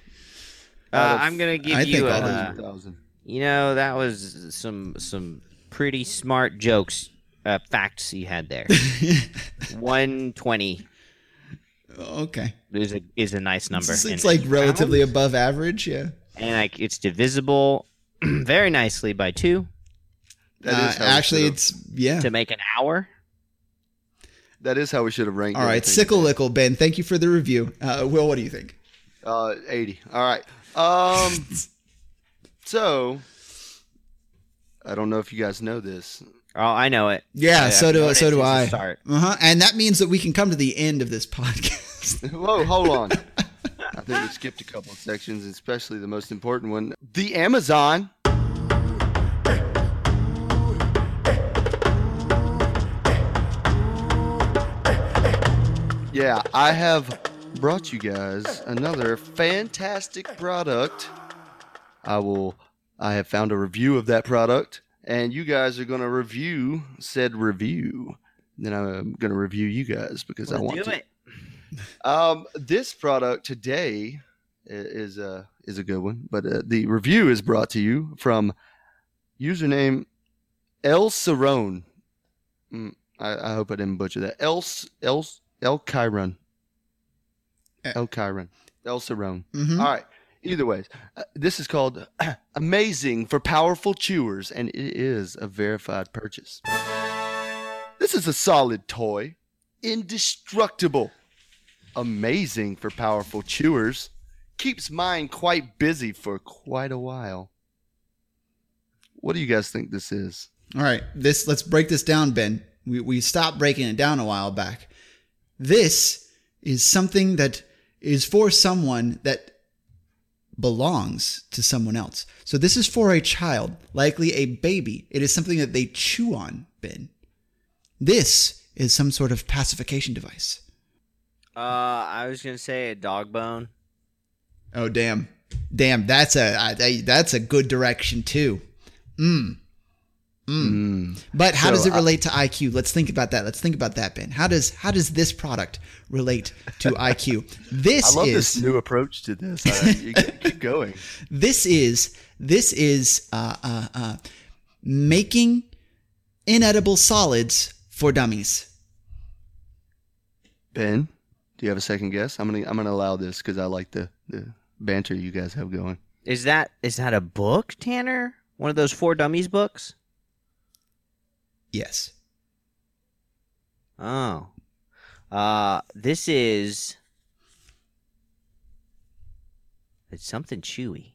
Uh, I'm gonna give I you. think a, I'll do uh, 100,000. You know, that was some some pretty smart jokes, uh, facts you had there. One twenty okay, is a is a nice number. it's, it's and- like relatively above average. Yeah, and like it's divisible very nicely by two That Uh, is how we actually, should've- it's yeah. to make an hour. that is how we should have ranked. All right, everything. sickle lickle Ben. Thank you for the review. Uh, Will, what do you think? Uh, 80. All right. Um, so I don't know if you guys know this. Oh, I know it. Yeah, I- so I've do known it so do since the I. start. Uh huh. And that means that we can come to the end of this podcast. Whoa, hold on. I think we skipped a couple of sections, especially the most important one. The Amazon. Yeah, I have brought you guys another fantastic product. I will I have found a review of that product and you guys are going to review said review. Then I'm going to review you guys because I want do to. it. Um, this product today i- is a is a good one, but uh, the review is brought to you from username El Cerrone. Mm, I, I hope I didn't butcher that. El S- El S- El Chiron. Eh. El Chiron. El Cerrone. Mhm. All right. either ways, uh, this is called Amazing for Powerful Chewers, and it is a verified purchase. This is a solid toy, indestructible, amazing for powerful chewers, keeps mine quite busy for quite a while. What do you guys think this is? All right, this let's break this down, Ben. We we stopped breaking it down a while back. This is something that is for someone that belongs to someone else. So this is for a child, likely a baby. It is something that they chew on, Ben. This is some sort of pacification device. Uh, I was gonna say a dog bone. Oh damn. Damn, that's a I- I- that's a good direction too. Mm. Mm. But how So, does it uh, relate to IQ? Let's think about that. Let's think about that, Ben. How does how does this product relate to IQ? This I love is this new approach to this. I, you keep keep going. this is this is uh, uh, uh, making inedible solids for dummies. Ben, do you have a second guess? I'm gonna I'm gonna allow this because I like the, the banter you guys have going. Is that is that a book, Tanner? One of those four dummies books? Yes. Oh. Uh this is it's something chewy.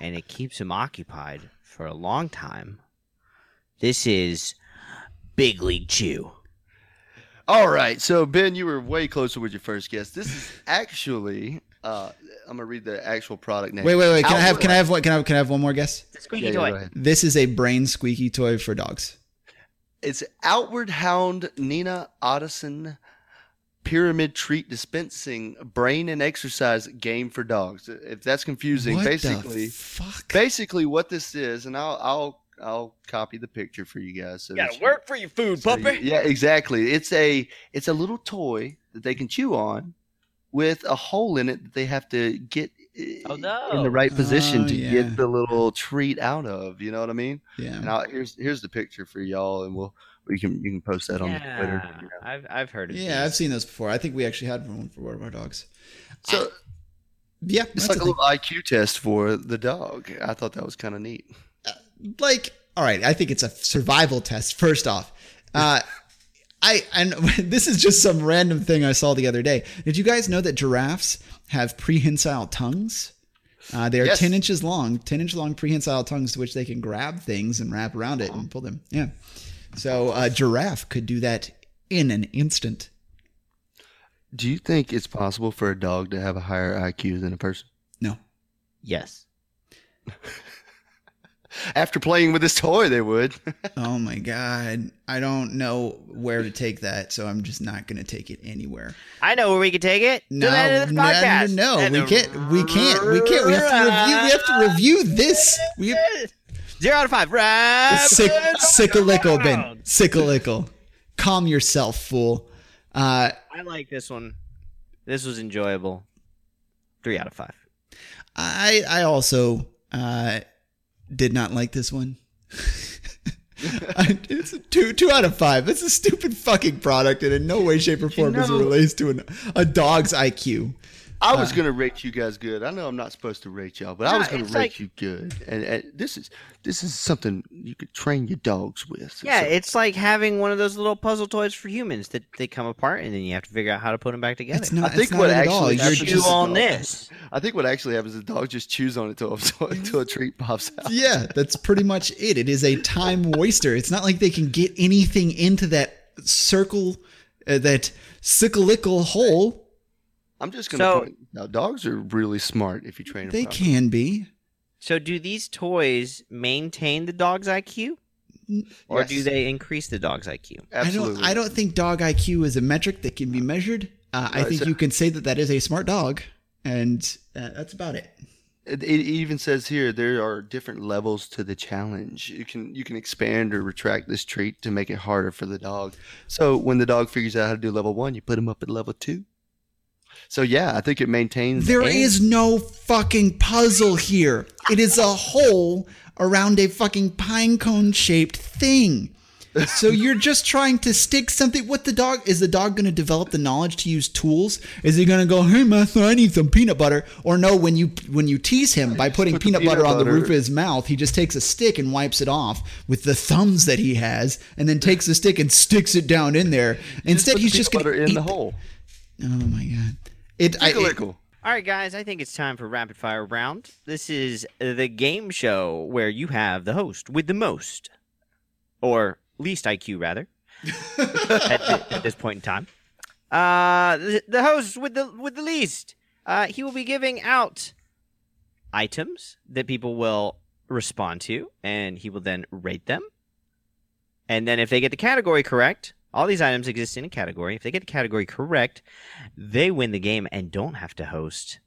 and it keeps him occupied for a long time. This is Big League Chew. All right, so Ben, you were way closer with your first guess. This is actually uh, I'm gonna read the actual product name. Wait, wait, wait. Can I have Outlaw. can I have what can I can I have one more guess? It's a squeaky Yeah, yeah, toy. go ahead. This is a brain squeaky toy for dogs. It's Outward Hound Nina Ottison Pyramid Treat Dispensing Brain and Exercise Game for Dogs. If that's confusing, What the basically, fuck. basically what this is, and I'll I'll I'll copy the picture for you guys. So that you- for your food, So you- yeah, exactly. It's a it's a little toy that they can chew on with a hole in it that they have to get i- Oh, no. in the right position Oh, to yeah. get the little treat out of. You know what I mean? And Yeah. I'll, here's here's the picture for y'all, and we'll we can you can post that on the Twitter. Yeah, I've I've heard of Yeah, I've these. seen those before. I think we actually had one for one of our dogs. So Yeah, that's it's like a a thing. little IQ test for the dog. I thought that was kind of neat. like all right i think it's a survival test first off uh i and this is just some random thing i saw the other day did you guys know that giraffes have prehensile tongues uh, they are Yes. 10 inches long 10 inch long prehensile tongues to which they can grab things and wrap around it and pull them yeah so a giraffe could do that in an instant Do you think it's possible for a dog to have a higher IQ than a person? no Yes. After playing with this toy, they would. oh my god i don't know where to take that so i'm just not going to take it anywhere I know where we could take it. To No, the end of this no, podcast. no, And we the- can't. We can't. We can't. We have to review. We have to review this. We have Zero out of five. Right. sick, sickle Ben. Sickleickle. Calm yourself, fool. Uh, I like this one. This was enjoyable. Three out of five. I I also uh, did not like this one. I, it's a two two out of five. It's a stupid fucking product, and in no way, shape, or form does it relates to an, a dog's IQ. I was gonna rate you guys good. I know I'm not supposed to rate y'all, but I No, was gonna it's rate like- you good. And, and this is this is something you could train your dogs with. Yeah, So- it's like having one of those little puzzle toys for humans that they come apart and then you have to figure out how to put them back together. It's not. I think it's not what it at actually all. You're happened you is- just, Oh. on this. I think what actually happens is the dog just chews on it till until a treat pops out. yeah, that's pretty much it. It is a time waster. It's not like they can get anything into that circle, uh, that cyclical hole. I'm just gonna So- point now dogs are really smart if you train them. They properly. can be. So, do these toys maintain the dog's IQ, or do Yes, they increase the dog's IQ? Absolutely. I don't. I don't think dog IQ is a metric that can be measured. Uh, I No, think it's a- you can say that that is a smart dog, and uh, that's about it. It, it even says here there are different levels to the challenge. You can you can expand or retract this treat to make it harder for the dog. So when the dog figures out how to do level one, you put him up at level two. So yeah, I think it maintains. There and- is no fucking puzzle here. It is a hole around a fucking pine cone shaped thing. so you're just trying to stick something. What the dog is the dog going to develop the knowledge to use tools? Is he going to go, "Hey, master, I need some peanut butter," or no? When you when you tease him by putting put the peanut, peanut butter on the butter- roof of his mouth, he just takes a stick and wipes it off with the thumbs that he has, and then takes the stick and sticks it down in there. Instead, Put the he's just peanut going to butter in the hole. Oh my god! It, I, it Tickle-ickle. All right, guys, I think it's time for rapid fire round. This is the game show where you have the host with the most, or least IQ, rather, at, thi- at this point in time. Uh, the, the host with the with the least, uh, he will be giving out items that people will respond to, and he will then rate them. And then, if they get the category correct, all these items exist in a category. If they get the category correct, they win the game and don't have to host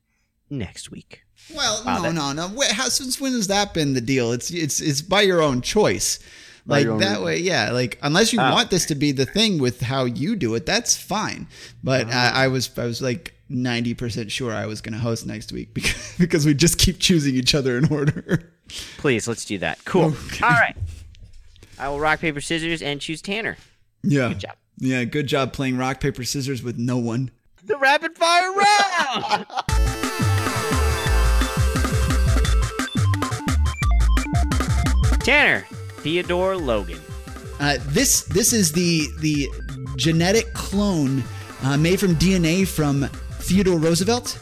next week. Well, Wow, no, that- no, no. Wh- How, since when has that been the deal? It's it's it's by your own choice. By Like your own Ah. that way, yeah. Like unless you Oh. want this to be the thing with how you do it, that's fine. But Ah. I, I was I was like ninety percent sure I was going to host next week because because we just keep choosing each other in order. Please, let's do that. Cool. All right. I will rock, paper, scissors and choose Tanner. yeah. Good job. Yeah. Good job playing rock paper scissors with no one. The rapid fire round. Tanner, Theodore Logan. Uh, this this is the the genetic clone uh, made from DNA from Theodore Roosevelt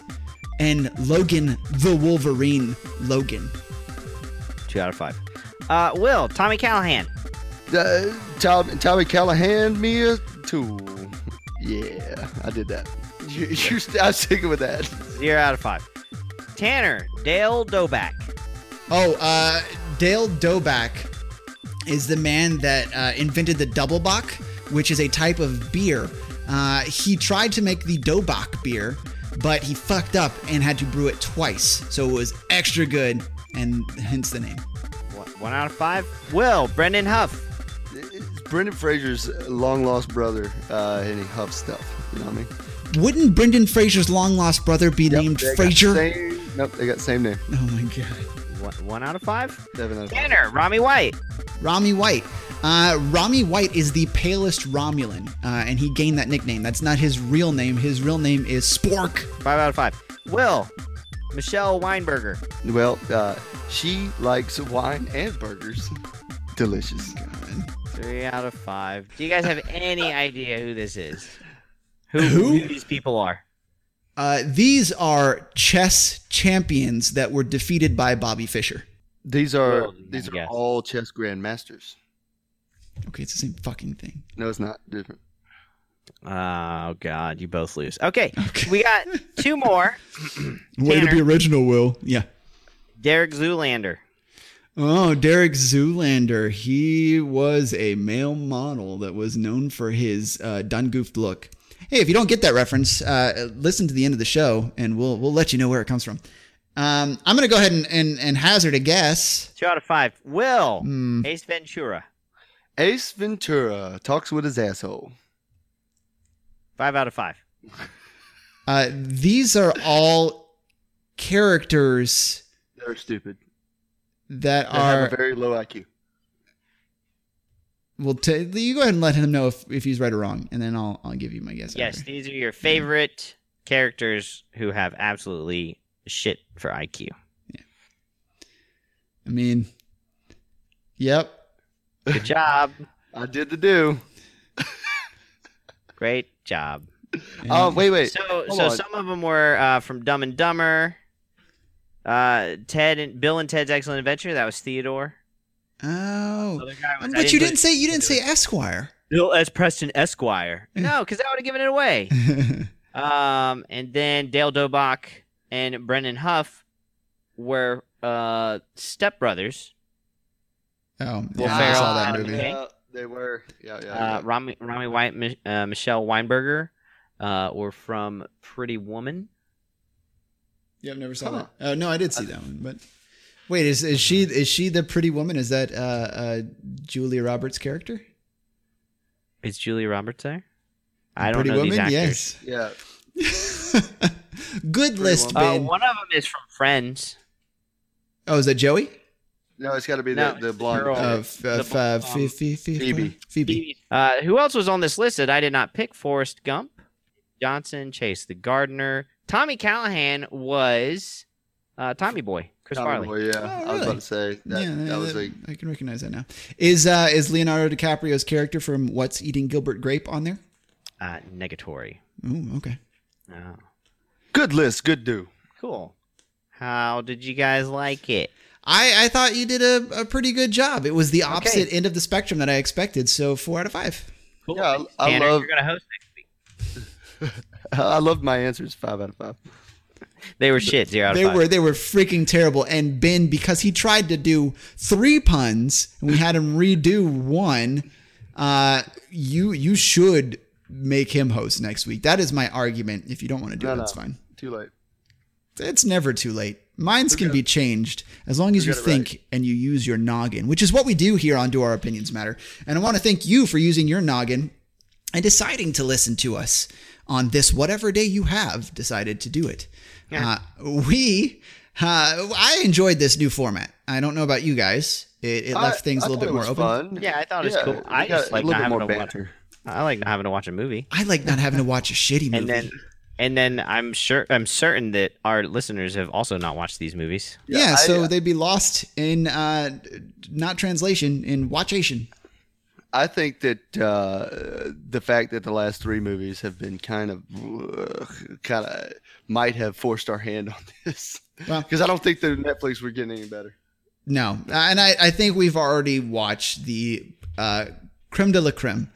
and Logan the Wolverine Logan. Two out of five. Uh, Will, Tommy Callahan. Uh, Tommy, Tommy Callahan, me a tool. Yeah, I did that. You, you're, st- I'm sticking with that. Zero out of five. Tanner, Dale Doback. Oh, uh, Dale Doback is the man that uh, invented the double bock, which is a type of beer. Uh, he tried to make the Dobak beer, but he fucked up and had to brew it twice, so it was extra good, and hence the name. One- One out of five. Will, Brendan Huff. It's Brendan Fraser's long lost brother, uh, and he huffs stuff. You know what I mean? Wouldn't Brendan Fraser's long lost brother be named They got Fraser? Same, nope, they got same name. Oh my god. One, one out of five. Seven out of five. Tanner, Rami White. Rami White. Uh, Rami White is the palest Romulan, uh, and he gained that nickname. That's not his real name. His real name is Spork. Five out of five. Will, Michelle Weinberger. Well, uh, she likes wine and burgers. Delicious. Three out of five. Do you guys have any idea who this is? Who, Who? who these people are? Uh, these are chess champions that were defeated by Bobby Fischer. These are Well, these are yeah. all chess grandmasters. Okay, it's the same fucking thing. No, it's not different. Oh God, you both lose. Okay, Okay. we got two more. Way to be Tanner. original, Will. Yeah. Derek Zoolander. Oh, Derek Zoolander. He was a male model that was known for his uh, done goofed look. Hey, if you don't get that reference, uh, listen to the end of the show, and we'll we'll let you know where it comes from. Um, I'm gonna go ahead and, and, and hazard a guess. Two out of five. Will, Hmm. Ace Ventura. Ace Ventura talks with his asshole. Five out of five. Uh, these are all characters They're stupid. that They have a are. very low IQ. Well, t- you go ahead and let him know if, if he's right or wrong, and then I'll I'll give you my guess. Yes, after. these are your favorite characters who have absolutely shit for IQ. I mean, yep. Good job. I did the do. Great job. Oh wait, wait. So, hold so on. some of them were uh, from Dumb and Dumber. Uh, Ted and Bill and Ted's Excellent Adventure. That was Theodore. Oh. Other guy was, I But you put didn't say you didn't say Esquire. Bill S. Preston Esquire. No, because I would have given it away. um, and then Dale Dobach and Brendan Huff were uh stepbrothers. Oh, Will yeah, I Ferrell saw had that a movie. big- Yeah, Uh, they were. Yeah, yeah. uh, yeah. Rami, Rami White, Mi- uh, Michelle Weinberger, uh, or from Pretty Woman. Yeah, I've never saw Huh. that. Oh no, I did see that one. But wait, is is she is she the pretty woman? Is that uh, uh, Julia Roberts' character? Is Julia Roberts there? I don't pretty know woman. these actors. Yes. Yeah. Good list, Uh, Ben. Oh, one of them is from Friends. oh, is that Joey? No, it's got to be No, the, it's the the blonde. girl. Uh, Of uh, The f- uh, bomb. Phoe- Phoe- Phoe- Phoebe. Phoebe. Uh, who else was on this list that I did not pick? Forrest Gump, Johnson, Chase the Gardener. Tommy Callahan was uh, Tommy Boy, Chris Tommy Farley. Boy, yeah, Oh, I was really? about to say that. yeah, that was a I can recognize that now. Is uh, is Leonardo DiCaprio's character from What's Eating Gilbert Grape on there? Uh, negatory. Ooh, okay. Oh, good list. Good do. cool. How did you guys like it? I, I thought you did a, a pretty good job. It was the opposite end of the spectrum that I expected. So four out of five. Cool. Yeah, I- Thanks, I Tanner. love- You're gonna host next week. I loved my answers. Five out of five. They were shit. Zero out They of five. were they were freaking terrible. And Ben, because he tried to do three puns and we had him redo one, uh, you you should make him host next week. That is my argument. If you don't want to do No, it, no. that's fine. Too late. It's never too late. Minds can be changed as long as you got it right. think and you use your noggin, which is what we do here on Do Our Opinions Matter. And I want to thank you for using your noggin and deciding to listen to us on this whatever day you have decided to do it. Uh, we, uh, I enjoyed this new format. I don't know about you guys. It, it left things a a little bit more open. Fun. Yeah, I thought it was cool. we I got just like a little not bit having more to watch- banter. I like not having to watch a movie. I like not having to watch a shitty movie. And then, and then I'm sure I'm certain that our listeners have also not watched these movies. yeah, Yeah, I- so they'd be lost in uh, not translation, in watchation. I think that uh, the fact that the last three movies have been kind of, ugh, kind of might have forced our hand on this Well- because I don't think the Netflix were getting any better. No, and I, I think we've already watched the uh, creme de la creme.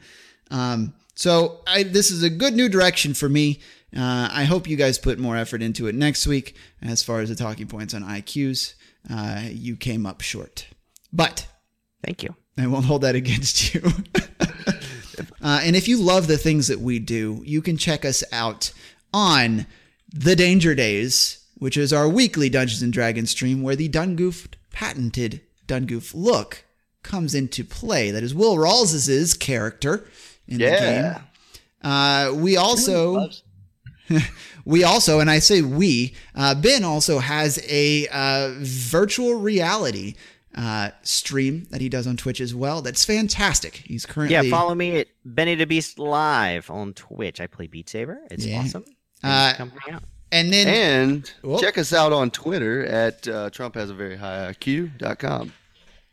Um, so I, this is a good new direction for me. Uh, I hope you guys put more effort into it next week. As far as the talking points on IQs, uh, you came up short, but Thank you. I won't hold that against you. uh, and if you love the things that we do, you can check us out on The Danger Days, which is our weekly Dungeons and Dragons stream where the Dungoof patented Dungoof look comes into play. That is Will Rawls's character in the Yeah, game. Uh, we also we also, and I say we, uh, Ben also has a uh, virtual reality uh, stream that he does on Twitch as well. That's fantastic. He's Yeah, currently follow me at Benny the Beast Live on Twitch. I play Beat Saber. It's Yeah. awesome. Uh, Come hang out. and then and Mm. Whoa. check us out on Twitter at uh, Trump has a very high IQ.com.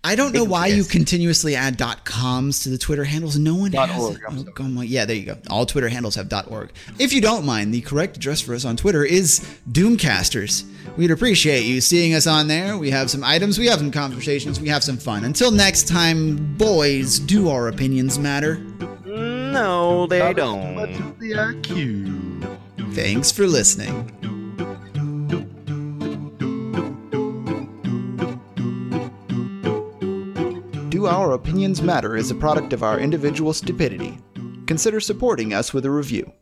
I don't know why you Yes. continuously add .coms to the Twitter handles. No one Dot has. org, I'm oh, sorry. come on. Yeah, there you go. All Twitter handles have .org. If you don't mind, the correct address for us on Twitter is Doomcasters. We'd appreciate you seeing us on there. We have some items, we have some conversations, we have some fun. Until next time, boys, do our opinions matter? No, they don't. The IQ. Thanks for listening. Do Our Opinions Matter is a product of our individual stupidity. Consider supporting us with a review.